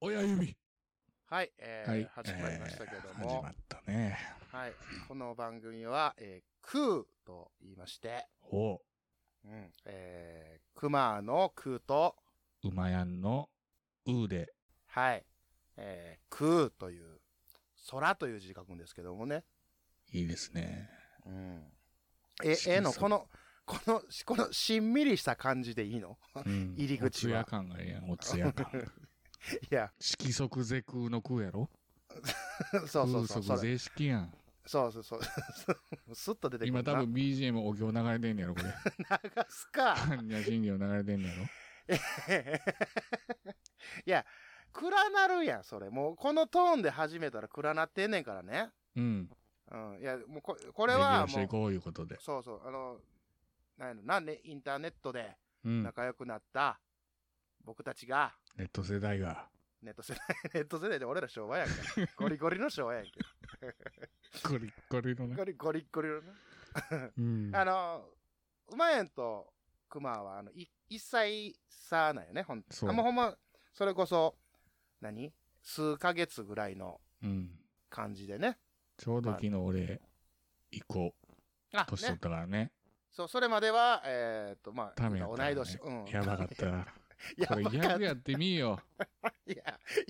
親指はい、えーはい始まりましたけどえー始も、まったね。はい、この番組は、えー、クーと言いまして、お、うん、えー、熊のクーと、馬やんのうで、はい、えー、クーという、空という字書くんですけどもね、いいですね。うん。え、しえの、この、この、しこの、しんみりした感じでいいの うん入り口おつはや感がええやん、おつや感。いや、 色即是空の空やろそうそうそう、そ空即れ是式やん。そうそうそう、 スッと出てくるな。今多分 BGM お経流れてんねやろ、これ。 流すか。般若心経流れてんねやろ。 いや、暗なるやん、それ。もう、このトーンで始めたら暗なってんねんからね。うん。こうん。いや、もうこ、これはしても、いうこういうことで。そうそう、あの、なんやろな、ね、インターネットでうん。仲良くなった、僕たちが、ネット世代が、ネット世代、 ネット世代で俺ら昭 和やんか。ゴリゴリの昭和やんけ。ゴリッゴリのねゴ。リゴリゴリのね。うん。あの、馬園と熊は、あの、い一歳差なんよね、ほんそうあもうほんま、それこそ、何数ヶ月ぐらいのうん。感じでね。ちょうど昨日俺、行こう。あ、年取ねっ。たからね。そう、それまでは、えーっと、まあ、ためや同ったからねい年。うん。やばかったな。 やこればギかャっグやってみーよ。た。いや、い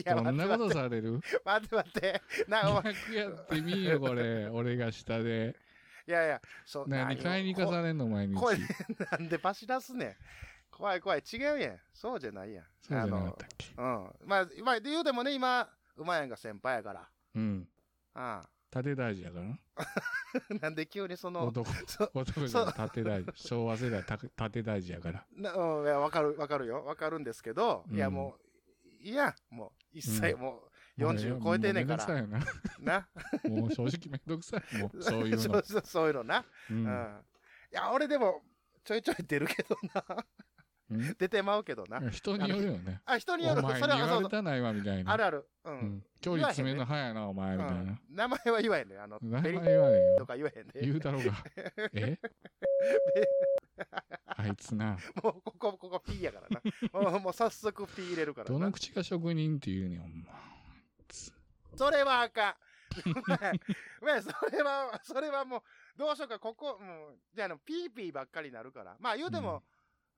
や、どん待なってことされる待って待って。な、お前、逆やってみーよ、これ。俺が下 で。いやいや、そう、何を買いに行かされんの、毎日。こそ声うじなんでパシ出すねん。怖い怖い。違うやん。そうじゃないやん。ゃなかったっけ。あの、うん。まあ、今、で言うてもね、今、馬やんが先輩やから。うん。あ 縦大事やからな。あなんで急にその、男、 そ男じゃない縦大事。昭和世代、た縦大事やから。なうん、いや、わかる、わかるよ。わかるんですけど、うんいや、もう、いや、もう、一切、うもう、40超えてんねんから。もうめんどくさな。いよな。もう正直めんどくさい。も う、そういうそうの。そうそういうのな。う。うんん。いや、俺でも、ちょいちょい出るけどな。うん出てまうけどな。人によるよね。あ、人おによ前にる。それ言は、そわうれそう。たな、今みたいあな。るある。うん。うん。距離詰めんの早やな、お前、みたいな。うん名前は言わへんねあの、名前ベリ言われんとよ。か言わへんで。言うだろ うが。えあいつな。もう、ここ、ここ P やから な。もう、もう早速 P 入れるからな。どの口が職人って言うねん、ほんま。それはあかん。お前お前、それは、それはもう、どうしようか、ここ、もう、じゃあ、あの、ピーピーばっかりになるから。まあ、言うても、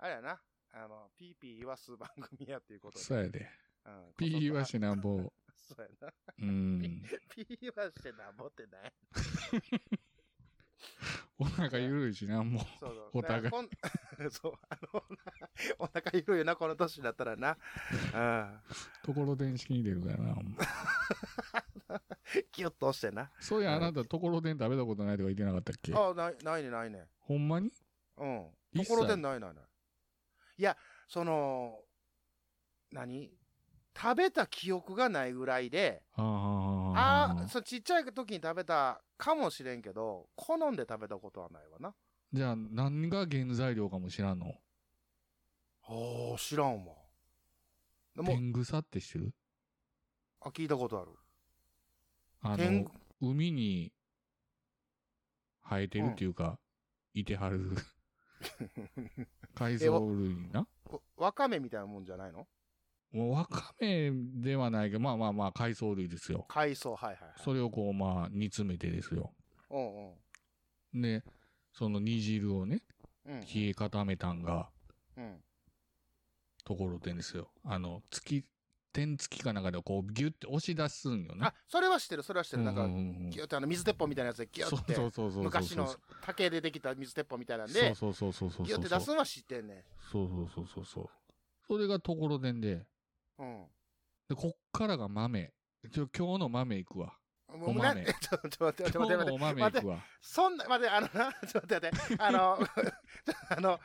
うんあれやな、あの、ピーピー言わす番組やっていうことで。そうやで。うん、ピーはしなん ぼ。そうやな。うん。ピーはしてなんぼってない。お腹ゆるいしなんぼ。そうそう。お互いだからこん そう、あの、お腹ゆるいよな、この年になったらな。うところでん式に出るからな。ほんまん。キュッと押してな。そういや、あなた、ところでん食べたことないとか言ってなかったっけあ、ない、ないね、ないね。ほんまにうん。と一切ころでんないないない。いや、その、何食べた記憶がないぐらいで、あああああ、あ。そう、ちっちゃい時に食べたかもしれんけど、好んで食べたことはないわな。じゃあ、何が原材料かも知らんのああ、知らんわ。でも、天草って知ってるあ、聞いたことある。あ天の、海に生えてるっていうか、いてはる。 海藻類な。わわかめみたいなもんじゃないのもうわかめではないけど、まあまあまあ、海藻類ですよ。海藻、はいはいはい。それをこう、まあ、煮詰めてですよ。うんうん。で、その煮汁をね、うん。冷え固めたんが、うん。ところてんですよ。あの、月、天月かなんかでこう、ギュって押し出すんよねあ。、それは知ってる、それは知ってる。なんかう、んうんギュってあの、水鉄砲みたいなやつでギュそうって、そうそうそう。昔の竹でできた水鉄砲みたいなんで、そうそうそうそうそうそう。ギュって出すのは知ってんね。そうそうそうそうそう。それがところてんで、うん。で、こっからが豆。ちょ今日の豆いくわ。もうお豆な ちょっと待って待っ今て待日ってのお待って豆待いってくわ。そんな、待って、あの な、ちょっと待って待って、あの、 あの、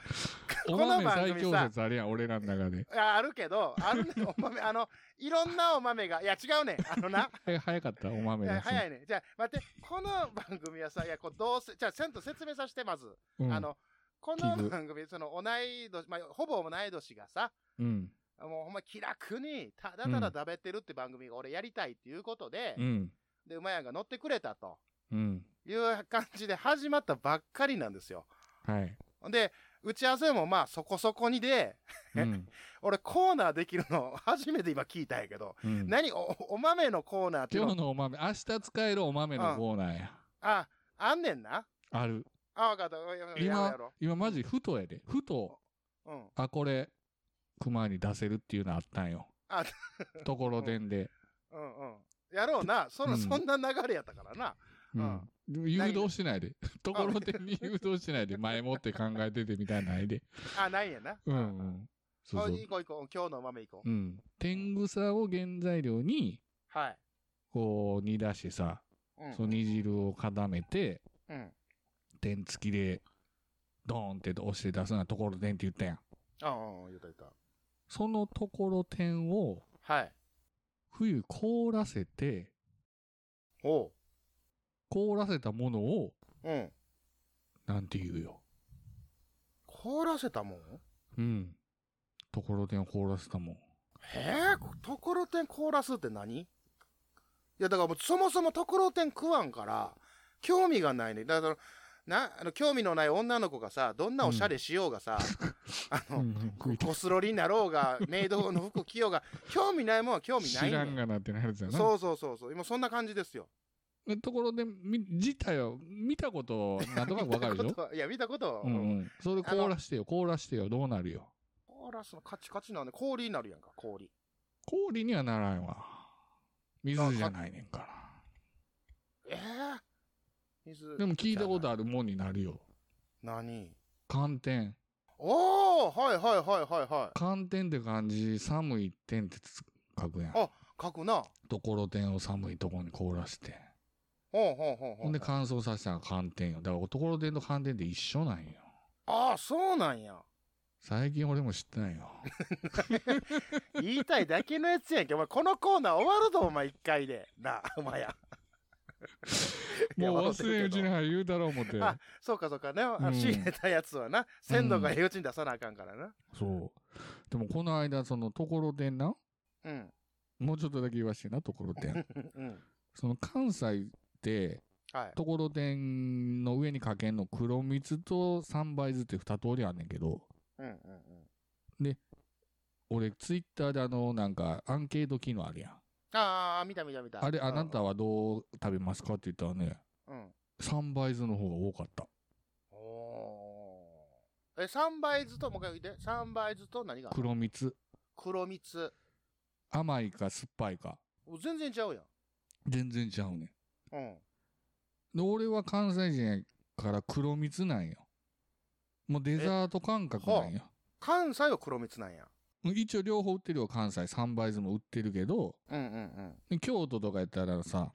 おこの豆番最組強さ、説あれやん、俺らの中で。ああるけど、あるね、お豆、あの、いろんなお豆が、いや、違うね、あのな、は早かったおい豆やの。早いね。じゃあ、待って、この番組はさ、いや、こう、どうせ、じゃあ、ちゃんと説明させて、まず、うん、あ、の、こ器の具番組、その、同い年、まあ、ほぼ同い年がさ、うん。もうほんま気楽に、ただただ食べてるって番組が俺やりたいっていうことで、うん。で、馬やんが乗ってくれたと。うん。いう感じで始まったばっかりなんですよ。はい。ほんで、打ち合わせもまあそこそこにで、うん。俺コーナーできるの 初めて今聞いたんやけど、うん何お、お豆のコーナーっていう今の日のお豆、明日使えるお豆のコーナーや。あ、あんねんな。ある。あ、わかった。ややろうやろ今マジふとやで。ふと、う。うん。あ、これ、熊に出せるっていうのあったんよ。あところてんで。うんうん。やろうな。そうの、んそんな流れやったからな。ううんん。誘導しないで。ところてんに誘導しないで、前もって考えててみたいなのないで。あ、ないんや な。うんうん。そうあそう行。こう行こう。今日の豆行こう。うん。天草を原材料に、はい。こう煮出してさ、うん。その煮汁を固めて、うん。天付きで、ドーンって押して出すなところてんって言ったやん。あうん、言うた言うそのところてんを、た。はい。冬凍らせて、おう。凍らせたものを、うん。なんて言うよ。凍らせたもんうん。ところてんを凍らせたもん。えー、ところてん凍らすって何いや、だからもうそもそもところてん食わんから、興味がないね。だから、な、あの、興味のない女の子がさ、どんなおしゃれしようがさ、あうの、ん、食いたいコスロリになろうが、 メイドの服着ようが、興味ないもんは興味ない知らんねがなってなるやつやん。な。そうそうそうそう。今そんな感じですよ。う。ところで、み自体を見たこと、なんとなくわかるでし見たょことはいや、見たことは。うんうん。それ凍らしてよ、凍らしてよ、どうなるよ。凍らすのカチカチなんで、氷になるやんか、氷。氷にはならんわ。水じゃないねんかえー、水ら。。でも聞いたことあるもんになるよ。何寒天。おおはいはいはいはいはい。寒天って漢字、寒い天ってつ書くやんあ。書くな。ところてんを寒いところに凍らして。ほんほんほんほほん。んで乾燥させたら寒天よ。だからところてんと寒天って一緒なんよ。ああ、そうなんや。最近俺も知ってないよ。言いたいだけのやつやんけ。お前、このコーナー終わるぞ、お前、一回で。なあ、お前や。 いやもう忘れんうちに。笑てるけどはい言うだろう思 って。あそうかそうかね。あうのん仕入れたやつはな、鮮度がええうちに出さなあかんからな。そう。でもこの間、そのところてんな、うん。もうちょっとだけ言わしてな、ところてん。うんうん。その関西って、はい。ところてんの上にかけんの黒蜜と三杯酢って二通りあんねんけど、うんうんうん。俺ツイッターであの、なんかアンケート機能あるやん。ああ、見た見た見た。あれ、あなたは。はどう食べますかって言ったらね、うん。三杯酢の方が多かった。おおー。え、三倍酢と、もう一回言って。三倍酢と何が黒蜜。黒蜜。甘いか酸っぱいか。全然ちゃうやん。全然ちゃうねん。うん。で、俺は関西人やから黒蜜なんよ。もうデザート感覚なんよ。関西は黒蜜なんや。一応両方売ってるよ、関西。三杯酢も売ってるけど、うんうんで京都とかやったらさ、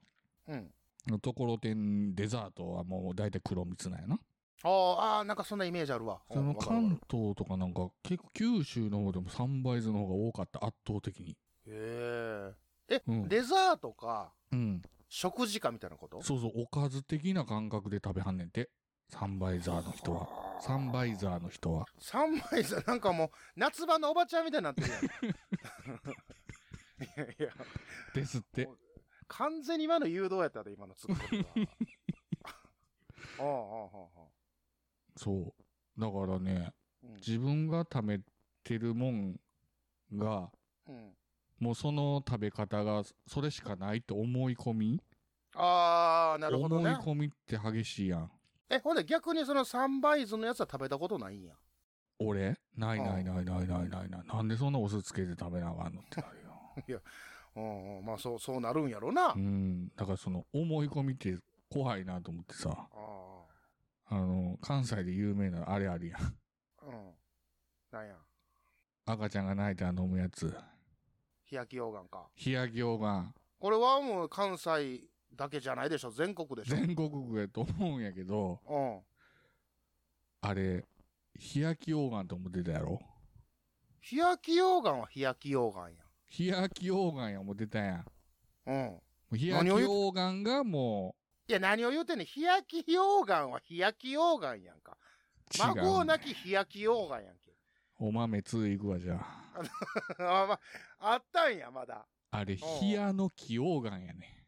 うん。うん。ところてんデザートはもう大体黒蜜なんやな。あーあー、なんかそんなイメージあるわ。そうんのわかるわかる関東とかなんか結構九州の方でも三杯酢の方が多かった、圧倒的に。へえ。え、うんデザートか、うん。食事かみたいなことそうそう、おかず的な感覚で食べはんねんて。三杯ザーの人は。三杯ザーの人は。三枚さ、なんかもう、夏場のおばちゃんみたいになってる やん。いやいや、ですって。完全に今の誘導やったで、今のツッコミは。ああ、ああ、あそう。だからね、あ。うん自分が食べてるもんが、うん。もうその食べ方がそれしかないと思い込み、ああ、なるほど思いね。込みって激しいやん。え、ほんで逆にその三倍酢のやつは食べたことないんや。俺ないうんないないないないないない。なんでそんなお酢つけて食べなあかんの ってなるよ。うんうん、まあそう、そうなるんやろな。あうん。だからその思い込みって怖いなと思ってさ、あ。あの、関西で有名なあれあるやん。うん。なんや。赤ちゃんが泣いたら飲むやつ。日焼き溶岩か。日焼き溶岩。これはもう関西だけじゃないでしょ。全国でしょ。全国区やと思うんやけど、うん。あれ、日焼き溶岩と思ってたやろ日焼き溶岩は日焼き溶岩日焼き溶岩や思ってたやん。や。うん。もう日焼き何を言う溶岩がもいや、何を言うてんねん。日焼き溶岩は日焼き溶岩やんか。う違う、孫なき日焼き溶岩やんけ。 お豆ついくわじゃあ。あ、まあ、あったんや、まだ。あれ、冷やの木溶岩やね。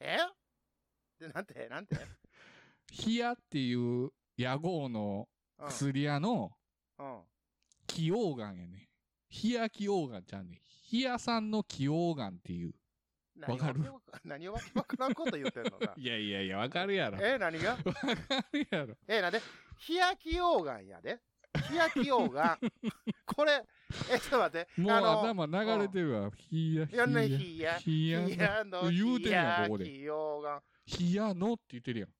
えで、なんて、なんて。冷やっていう野号のうん薬屋のうん。起溶岩やね。冷や起溶岩ちゃうねん。冷やさんの起溶岩っていう。何わかる。をわけ何をわけわからんこと言ってんの ないやいやいや、わかるやろ。わかえ、何がるやろ。え、なんで日焼き溶岩やで。日焼き 溶岩。これ、え、ちょっと待って。もうあの頭流れてるわ。冷や、いや冷ね、日や、焼冷きや、冷の言うてんやんここで日焼き溶岩。やのって言ってるやん。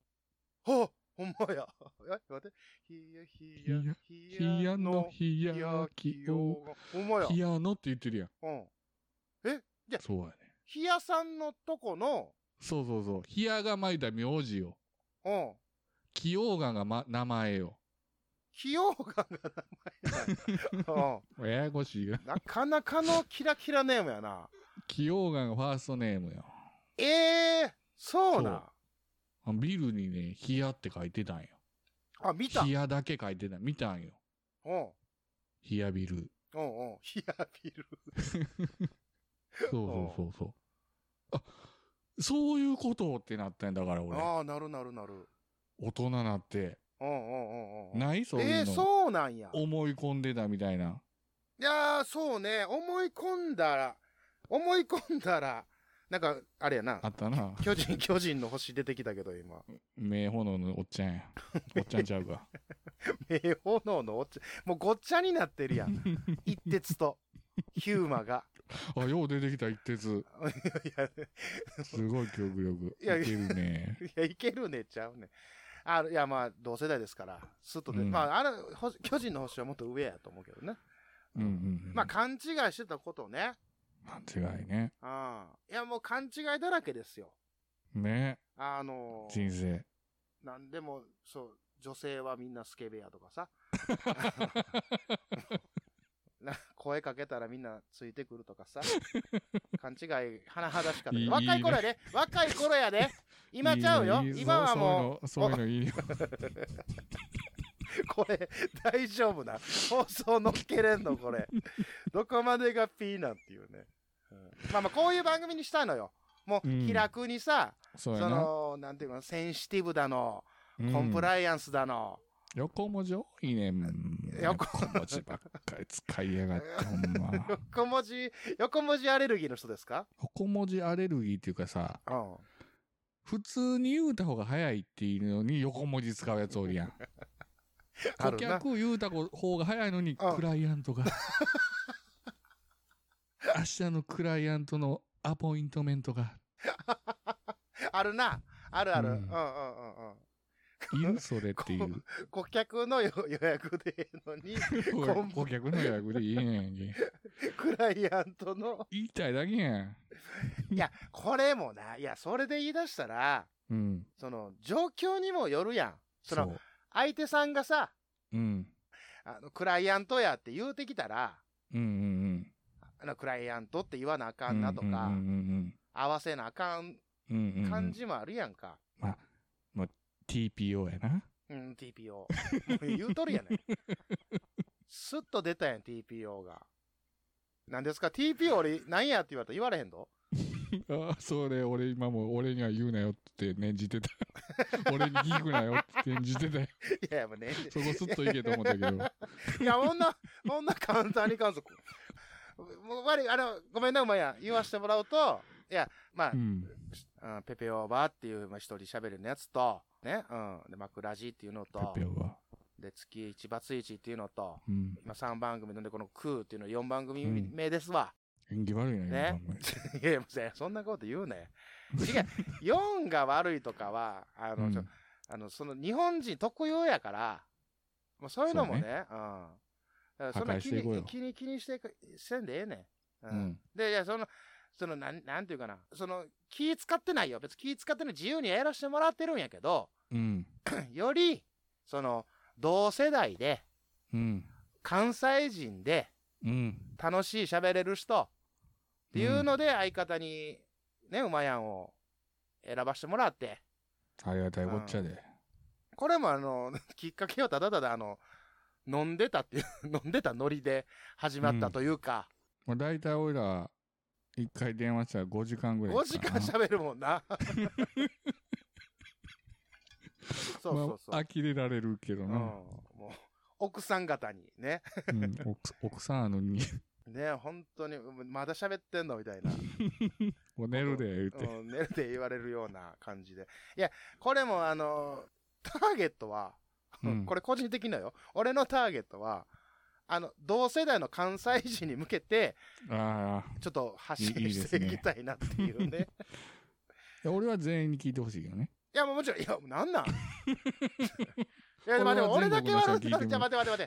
ほほんまや。え、待って。日焼き冷や冷やの、冷やき溶岩。ほんまや。岩。冷やのって言ってるやん。うん。そうやね。冷やさんのとこの、そうそうそう。冷やがまいた名字よ。うん。起溶岩が、ま、名前よ。起用感が 名前なんやややこしいがう。ん。なかなかのキラキラネームやな。起溶岩がファーストネームよ。ええそうなん。あビルにね、冷やって書いてたんよ。あ、見た。う冷ん。やだけ書いてた。見たんよ。うん冷やビル。うん。 ヒアビル。そうそうそうそう。あ、そういうことってなったんだから俺。ああ、なるなるなる。大人なって。うんうんうんうん。ないそうえいえうの。そうなんや。思い込んでたみたいな。いやー、そうね。思い込んだら、思い込んだら、なんか、あれやなあ。ったな。巨人、 巨人の星出てきたけど、今。名炎のおっちゃん や。おっちゃんちゃうか。名炎のおっちゃもうごっちゃになってるやん。一徹と、ヒューマが。 あ、よう出てきた一徹。いや、すごい記憶力。いやいけるね。いや、いけるね、ちゃうね。あいや、まあ、同世代ですから、すっとで、うんまあ、あれ、星巨人の星はもっと上やと思うけどね。うんうんうん。まあ、勘違いしてたことね。間違いね。あいや、もう勘違いだらけですよ。ね。あのー人生。なんでも、そう、女性はみんなスケベやと かさ。な声かけたらみんなついてくるとかさ。勘違い、甚だしかったいい若い頃やで、若い頃やで。今ちゃうよ。いいの今はもう、そうそう いうの、そういうのいいよ。これ、大丈夫な。放送乗っけれんの、これ。どこまでがピーなんていうね。うんまあまあ、こういう番組にしたいのよ。もう、うん気楽にさ、そうやそな。の、なんていうの、センシティブだの、うんコンプライアンスだの。横文字多いねん。 横横文字ばっかり使いやがって、ほん ま。横文字、横文字アレルギーの人ですか横文字アレルギーっていうかさ、うん。普通に言うた方が早いっていうのに横文字使うやつおるやん。 あ顧るな。客言うた方が早いのに、うんクライアント が。明日のクライアントのアポイントメントがあるな。あるある。ううんんうんうんうん。いるそれっていう。顧客のよ予約でええの に、 こん顧客の予約でいいやんけ。クライアントの。言いたいだけやん。いや、これもな。いや、それで言い出したら、うん。その、状況にもよるやん。その、う。相手さんがさ、うん。あの、クライアントやって言うてきたら、うんうんうん。あの、クライアントって言わなあかんなとうんうんか、うん合わせなあかうんん。うんうんうん感じもあるやんか。まあ、まあ、TPO やな。うん、TPO。もう言うとるやねん。スッと出たやん、TPO が。なんですか ?TPO 俺、なんやって言われたら言われへんの ああ、それ、俺今も俺には言うなよって念じてた。 俺に聞くなよって念じて たよ。いやいや、もうね。そこすっといけと思ったけ ど。いや、こんな、こんな簡単に関すもう、悪い、あの、ごめんな、お前や。言わしてもらうと、いや、まあう、ん。うん、ペペオーバーっていう、まあ、一人喋るのやつと、ね、うん、で、枕字っていうのペとペ、は。で、月一バツイチっていうのと、うん。今3番組なんで、この空っていうの4番組目ですわ。演技悪いな、今ねの番組 いやいや、そそんなこと言うなよ。違う、4が悪いとかは、あの、うんちょあのその日本人特有やから、もうそういうのもね、そううん。だからそんな破壊気していこうによ気に気にしてくせんでええねん。うん。うんで、いや、その、そのなん、なんていうかな、その、気使ってないよ。別に気使ってない。自由にやらせてもらってるんやけど、 うん。より、その、同世代で、うん。関西人で、うん。楽しい喋れる人っていうので相方にね、うまやんを選ばしてもらって、ありがたいこっちゃで。これもあの、 きっかけはただただあの、飲んでたっていう、 飲んでたノリで始まったというか、まあ、大体俺ら、一回電話したら5時間ぐらい5時間ゃ喋るもんな。そうそうそう。まあ、呆れられるけどうん、な。もう、奥さん方にね。うん、奥奥さんあの に、ね、本当に、まだ喋ってんのみたいな。お寝るで、言うて。うん、 寝るって言われるような感じで。いや、これもあの、ターゲットは、うん これ個人的なよ。俺のターゲットは、あの、同世代の関西人に向けて、ああ。ちょっと発信いいいいでしてすねいきたいなっていうね。 いや俺は全員に聞いてほしいよね。いや、もうもちろん、いや、なん なんいや、まあでも俺だけは、俺はじ全ゃ国あの人に聞い待ってても待って待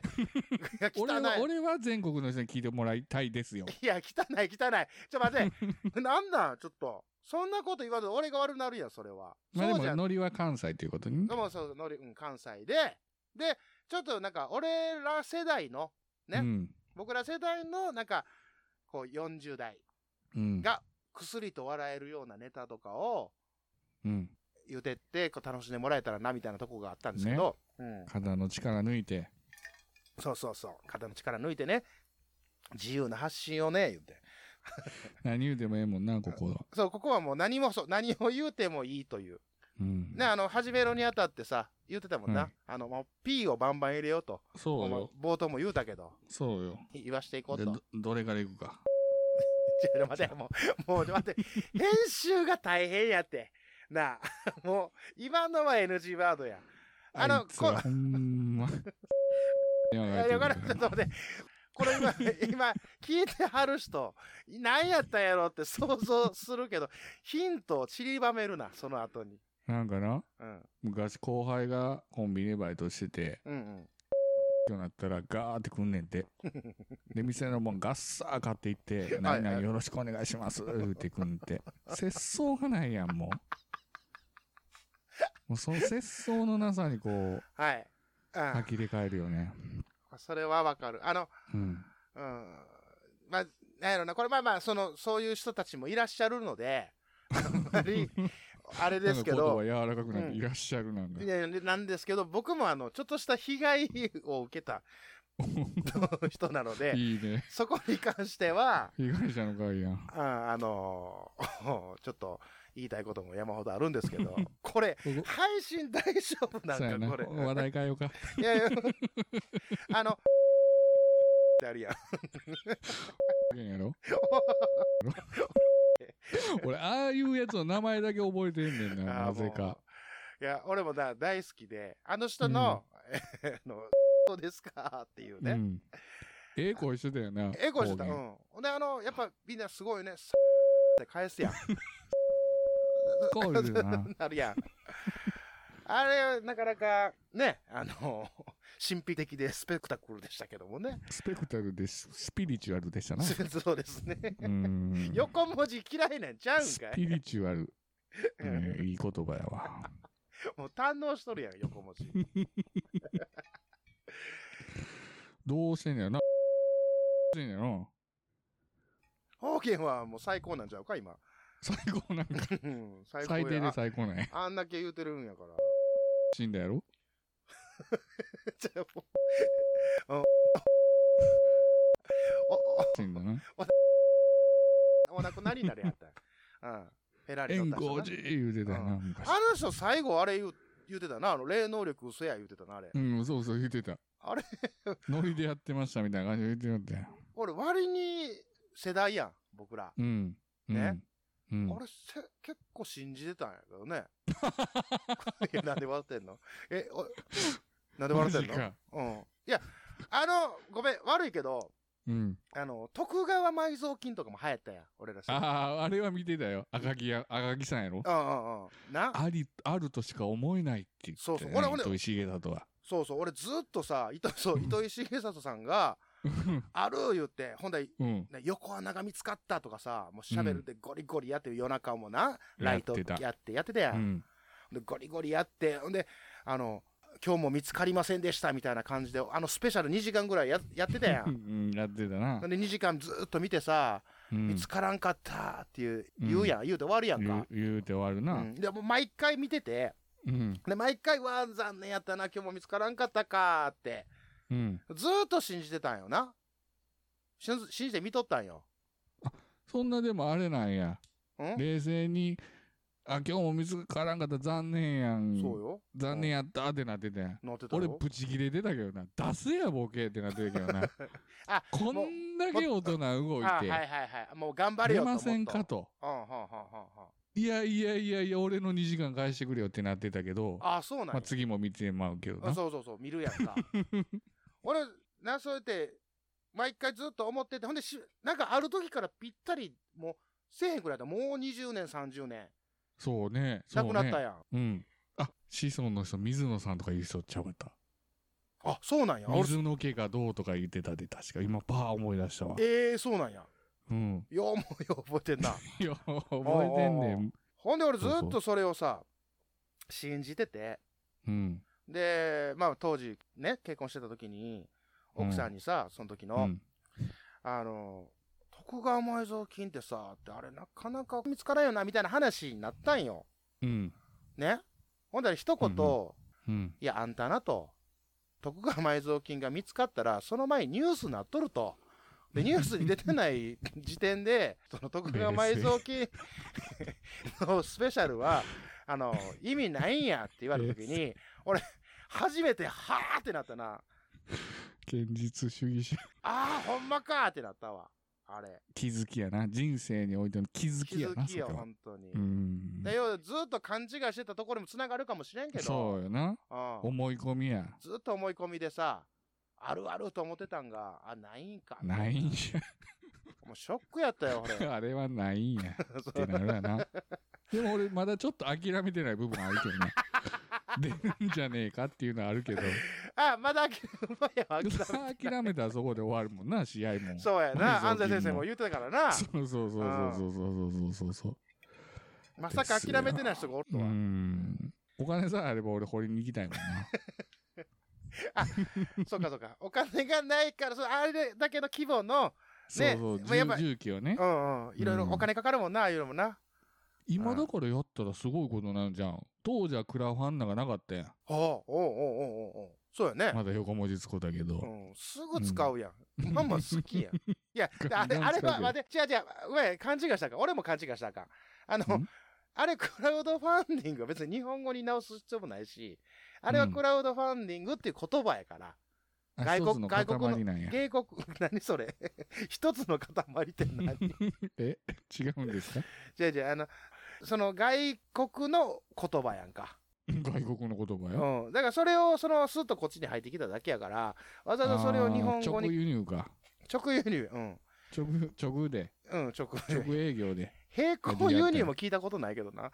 って。い 俺や、は、汚い。俺は全国の人に聞いてもらいたいですよ。いや、汚い、汚い。ちょっと 待って。なんなん、ちょっと。そんなこと言わず、俺が悪なるやん、それは。まあでそうじゃも、ん。ノリは関西ということにで。もそう、のり、うん、関西で。で、ちょっとなんか、俺ら世代の、ねうん。僕ら世代の、なんか、こう、40代、うん。が薬と笑えるようなネタとかをうん。言うてって、こう楽しんでもらえたらな、みたいなとこがあったんですけど。うん。肩の力抜いて。そうそうそう。肩の力抜いてね。自由な発信をね、言って。何言うてもええもんな、ここは。そう、ここはもう何もそう、何を言うてもいいという。うん。ね、あの、始めろにあたってさ、言ってたもんな。はいあの、もう、P をバンバン入れようと。そうよ。冒頭も言うたけど、そうよ。言わしていこうでと。ちょど、どれから行くか。っと待って、もう、もう、待って、編集が大変やって。なあ、もう、今のは NG ワードや。あのいつはこほんま。い いやや、よかった、ちょっと待って。こ れ今、今、聞いてはる人、何やったんやろって想像するけど、ヒントを散りばめるな、その後に。なんかな、うん。昔後輩がコンビニでバイトしてて、うんうん。今日なったらガーってくんねんて。で、店のもんガッサー買っていって、は何い々よろしくお願いしますってくんって。節操がないやん、もう。もうその節操のなさにこう、はい。うん呆れ返るよね。それはわかる。あの、うん。うん。まあ、なんやろな、これまあまあ、その、そういう人たちもいらっしゃるので、あんまり、あれですけなんどか、言葉柔らかくなっうんていらっしゃるなんかい。やいやなんですけど、僕もあの、ちょっとした被害 を受け た人なので、いいね。そこに関しては、被害者の会やん。ああの ーちょっと言いたいことも山ほどあるんです けど、これ、ここ配信大丈夫なそうやんか、な。これ。話題変えようか。いやいや、 あの、ってあるやん。や ろ俺、ああいうやつの名前だけ覚えてんねんな、あなーぜか。いや、俺もだ大好きで、あの人の、 えーあの、どうですかっていううね。ん。ええ声してたよな。ええ声してた。う方言ん。ほんで、あの、やっぱみんなすごいね、さって返す やん。声してたな。なるやん。あれ、なかなか、ね、あの、神秘的でスペクタクルでしたけどもね。スペクタルでしスピリチュアルでした な。そうですね。うん。横文字嫌いなんちゃうんスかいピリチュアル。うんいい言葉やわ。もう堪能しとるやん、横文字。どうしてんねやな。どうしてんねやろ方言はもう最高なんちゃうか、今。最高なんか、うん最高最低やで最高なんや。ああんだけ言うてるんやから。 死んだやろじゃあもう 死んだな。おおおお亡くなりになれや ったん。うん。フェラーリ乗円った人光な寺言うてたよな、昔。あの人最後あれ言う言うてたな。あの、霊能力嘘や言うてたな、あれ。うん、そうそう、言ってた。あれノリでやってましたみたいな感じで言ってたよ。俺、割に世代やん、僕ら。うん。うんね。うん。俺せ、結構信じてたんやけどね。 いやなんで笑ってんのえ、おなんで笑ってんマジのかうん。いや、あの、ごめん、悪いけど、うん。あの、徳川埋蔵金とかも流行ったやん、俺らさ。ああ、あれは見てたよ。赤木や、赤木さんやろうんうんうん。な、あり、あるとしか思えないって言って、そうそうね俺俺糸井重里は。そうそう、俺ずっと さ、糸そう糸井重里さんが、ある言って、ほんで、うん。ね横穴が見つかったとかさ、もうしゃべるでゴリゴリやって夜中もな、ライトやってたやってやってたや。うんん。でゴリゴリやって、ほんで、あの、今日も見つかりませんでしたみたいな感じで、あのスペシャル2時間ぐらいややってたや。うんん、やってたなほん。で2時間ずっと見てさ、うん見つからんかったっていう、うん言うやん、言うて終わるやん言かう。言うて終わるうな。ん、でもう毎回見てて、うん。で、毎回、わー残念やったな、今日も見つからんかったかーって、うん。ずーっと信じてたんよな。しん信じて見とったんよ。そんなでもあれなんや。ん冷静にあ、今日も水がからんかった残念やん。そうよ。残念やったってなってて。なってた俺よ。ブチギレてたけどな出せやボケってなってるけどな あこんだけ大人動いあはいはいてはい。もう頑張れ出よと思まった。せんかとうん。はんはんはんはんいやいやいやいや俺の2時間返してくれよってなってたけどあ、そうなんやまあ、次も見てまうけどあなそうそうそう、見るや んか。俺、な、そうやって、毎回ずっと思ってて、ほんでし、なんかある時からぴったり、もう、せえへんくらいだ。もう20年、30年。そうねそなうくねなったやん。うんあ子孫の人水野さんとかいう人ちゃうかったあ、そうなんや。俺、水野家がどうとか言ってたで確か今パー思い出したわええー、そうなんや。うんようもうよう覚えてん な。いや覚えてんねんほんで、俺ずそっうそとそれをさ、信じてて。うんで、まあ、当時、ね、結婚してた時に、奥さんにさ、その時の、うんあの、徳川埋蔵金ってさ、ってあれなかなか見つからんよな、みたいな話になったんよ。うんね。ほんだら一言、うんうんうんいや、あんたなと。徳川埋蔵金が見つかったら、その前にニュースなっとると。で、ニュースに出てない時点 で、その徳川埋蔵金のスペシャルは、あの、意味ないんやって言われた時 に、俺、初めて、はーってなったな。現実主義者あー、ほんまかーってなったわ。あれ。気づきやな人生においての気づ気きやづなきよ、それは本当に。うんで要はずっと勘違いしてたところにもつながるかもしれんけど、そうよなうん思い込みやずっと思い込みでさ、あるあると思ってたんが、あ、ないんか。ないんもうショックやったよ、俺。やあれはないんやってなるやなでも俺まだちょっと諦めてない部分あるけどな出るんじゃねえかっていうのはあるけど あ、まだ諦め、まや諦めてない諦めたらそこで終わるもんな試合もそうやな。埋安蔵金も西先生も言うてたからな。そうそうそうそうそうそうそうそうそうまさか諦めてない人がおるとうは。んお金さえあれば俺掘りに行きたいもんなそうかそうか。お金がないから、そうあれだけど規模の、ねそうそうまあやっぱ重重機をねうんうん。いろいろお金かかるもんな、ああいうのもな。今だからやったらすごいことなんじゃん当時はクラファンなんかなかったやんおうおうおうおうおうおうそうやね。まだ横文字つこだけど、うん、すぐ使うやん。ママ好き やん。いや、であれ、ガンガあン使れうけどは、待って、違う違う、ごめん、勘違いしたらあかん。俺も勘違いしたらあかん。あのん、あれ、クラウドファンディングは別に日本語に直す必要もないし、あれはうんクラウドファンディングっていう言葉やから、あ外国一つの塊外国なんや芸国、 何それ一つの塊って 何え違うんですか違う違う、あの、その外国の言葉やんか。外国の言葉よ、うん。だからそれを、その、スッとこっちに入ってきただけやから、わざわざそれを日本語あー直に輸入か直輸入、うん。直直でうん、直輸入。直営業で並行輸入も聞いたことないけどな。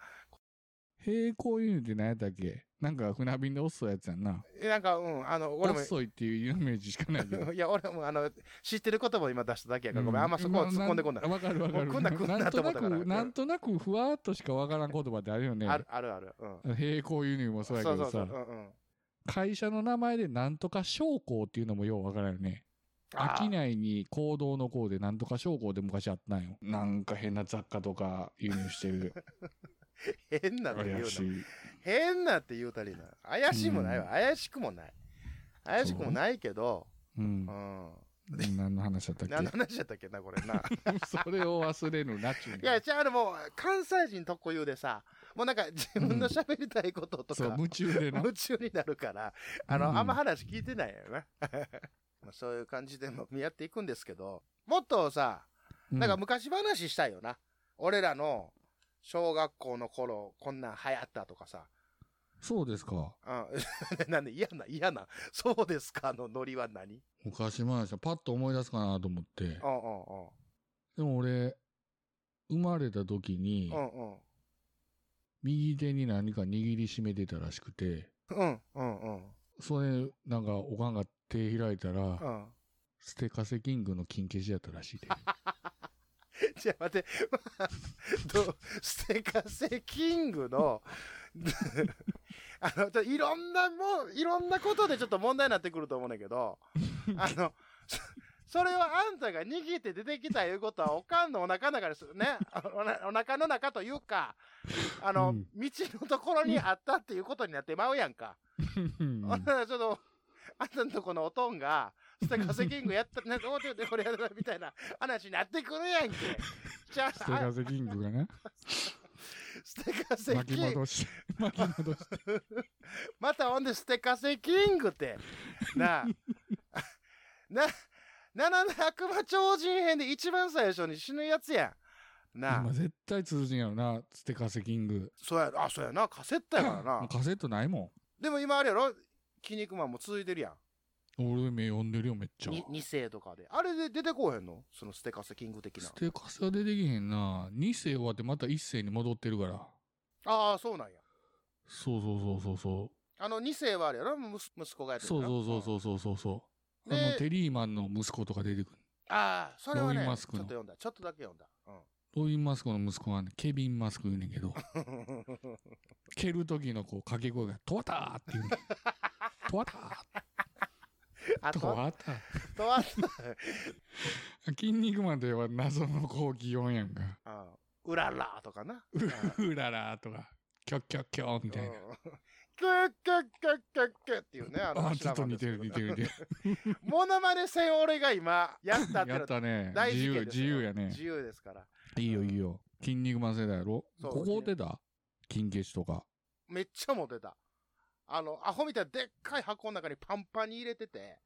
並行輸入って何やったっけなんか船便で遅いやつやんなえなんか、うん、あの、俺も、遅いっていうイメージしかないけど いや、俺も、あの、知ってる言葉を今出しただけやから、ごめん、あんまそこを突っ込んでこんなう。わかるわかるもう来んな来んななんとなと思ったからくなんとなくふわーっとしかわからん言葉ってあるよねある、ある、ある。うん。並行輸入もそうやけどさうんうん。会社の名前でなんとか商工っていうのもようわからんよねあー商いに行動の行でなんとか商工で昔あったんよなんか変な雑貨とか輸入して る変なって言う怪しな。い変なって言うたりな。怪しいもないわ。怪しくもない。怪しくもないけど、ううんん。何の話だった何のっ話やったっけな、こ れな。け それを忘れぬなっちゅうねんいや、じゃあ、あの、もう、関西人特有でさ、もうなんか、自分の喋りたいこととそかう、夢中でな夢中になるから、 あの、うんあんま話聞いてないよな。 まあそういう感じでも見合っていくんですけど、もっとさ、うんなんか昔話したいよな。俺らの小学校の頃、こんなん流行ったとかさ。そうですかうん、 なんで嫌な、嫌な、そうですかのノリは何昔話パッと思い出すかなと思ってでうもんうんうん。俺生まれた時にうんうん。右手に何か握りしめてたらしくてうんうんうん。それなんかおかんが手開いたら、うん。ステカセキングの金消しやったらしい で。じゃあ待って、 まあ、どステカセキングの、 あの、ちょいろんなもん、いろんなことでちょっと問題になってくると思うねんだけど、 あの、 そそれはあんたが握って出てきたいうことは、おかんのお腹の中ですね、 あのおなお腹の中というか、あの、うん道のところにあったっていうことになってまうやんか。ほんな らちょっと、あんたのとこのおとんが、ステカセキングやった、なんか、おちょっとこれやったみた いな話になってくるやんけ。じゃあ ステカセキングがな。スステカセ巻キきング戻 して、巻き戻して。またほんでステカセキングってなあ なななな悪魔超人編で一番最初に死ぬやつやんなあ今絶対通じんやろな、ステカセキング。そうやあそうやなカセットやからもうな カセットないもでも今あれやろ筋肉マンも続いてるやんん。俺目読んでるよ、めっちゃ。に2世とかであれで出てこうへんのそのステカセキング的なステカセは出てきへんな。2世終わってまた1世に戻ってるから。ああそうなんやそうそうそうそうそう。あの2世はあれやろむす息子がやってるそうそうそううそうそうそうそう。あでの、テリーマンの息子とか出てくる。ああそれロはねイちょマっスとクの読んだちょっとだけ読んだうんロイン・マスクの息子がね、ケビン・マスク言うねんけ ど、蹴る時のこう掛け声が、トワターって 言うねん。トワタあートとワター。とは 筋肉マンといえば謎の高気温やんか。あうららとかな。ううららーとか、キョッキョッキョーみたいな。キュッキュッキュッキュッキュッっていうね。あのあ、ちょっと似てる似てる。る似てる。モノマネ戦俺が今やったってやのっはたね。大自由、事件です自よ由やね。自由ですから。いいよいいよ。筋肉マン世代やろそうここ出た金消しとか。めっちゃモテた。あの、アホみたいなでっかい箱の中にパンパンに入れてて、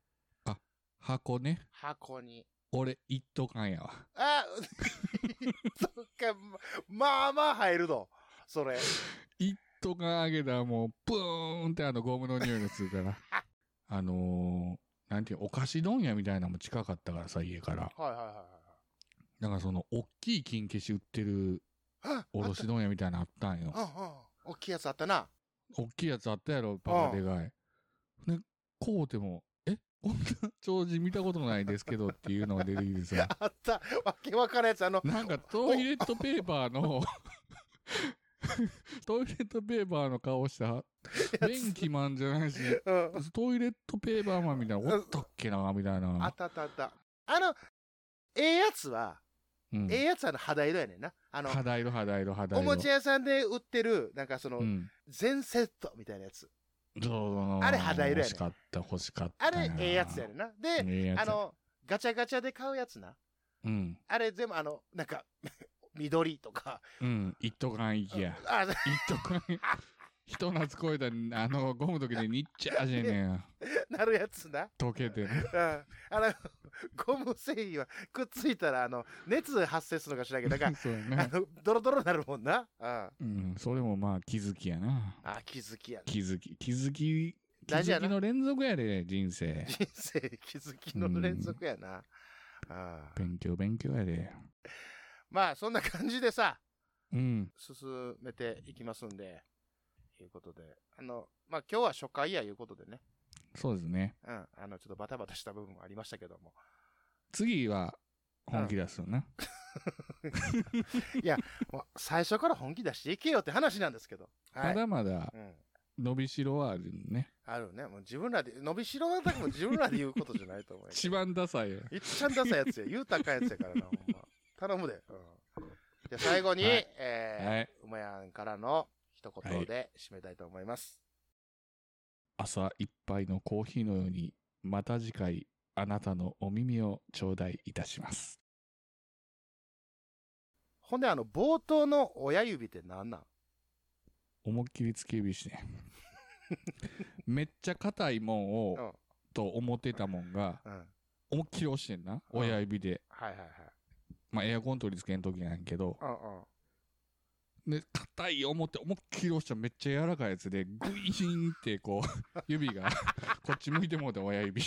箱ね。箱に。俺、一斗缶やわ。あ そっか、まあまあ入るぞ。それ。一斗缶あげたらもう、ブーンってあのゴムの匂いがするから。あのー、なんていうのお菓子問屋みたいなのも近かったからさ、家から。はいはいはいはい。だからその、おっきい金消し売ってるあおろし問屋みたいなのあったんよあ。うんうん。大きいやつあったな。おっきいやつあったやろ、バカでかい。で、こうても、えこんな長寿見たことないですけどっていうのが出てきてさ。 あった。わけわからんやつ。あの、なんかトイレットペーパーのトイレットペーパーの顔した便器マンじゃないしうん、トイレットペーパーマンみたいなおったっけなみたいあなっ、たあったあった。あの、ええやつは、うんええやつはあの肌色やねんな。あの、肌色肌色肌色おもちゃ屋さんで売ってる、なんかそのう、ん全セットみたいなやつ。そうあれ肌色や欲ねしかった欲しかったあれ、ええやつやねんな。で、ええやつあの、ガチャガチャで買うやつな。うんあれ全部あの、なんか、 緑とか。うん一斗缶行きやあ、一斗缶 ひと夏超えたあのゴム時でにっちゃーしねんなるやつな。溶けてねうん。あの、 ゴム繊維はくっついたら、あの、熱発生するのかしらんけど、だか そうやら、なあの、ドロドロになるもんな。うん。うんそれもまあ気づきやなあ、気づきやね。気づき、気づき、気大事やづなきの連続やで、人生。人生気づきの連続やな。ああ勉強、勉強やで。まあそんな感じでさうん。進めていきますんでいうことであのまあ今日は初回やいうことでねそうですね。うんあのちょっとバタバタした部分もありましたけども次は、本気出すよな。もう最初から本気出していけよって話なんですけどはまい、だまだ、うん、伸びしろはあるね。あるねもう自分らで伸びしろは多分自分らで言うことじゃないと 思うよ一番ダサいよ。いっちゃんダサいやつや言うたらあかんやつやからなほんま頼むで、うん、じゃあ最後に、はいえーはい。うまやんからの一言で締めたいと思います。朝一杯のコーヒーのように、また次回、あなたのお耳を頂戴いたします。ほんで、あの、冒頭の親指って何なん思いっきり突き指 して。めっちゃ硬いもんうんを、。と思ってたもんが、うん。はい思いっきり押してんな。うん親指で。はいはい。まあ、エアコン取り付けん時なんやけど、うんうん。で、硬い思って、思いっきり押したらめっちゃ柔らかいやつで、グイーンってこう、指が、こっち向いてもうて親指。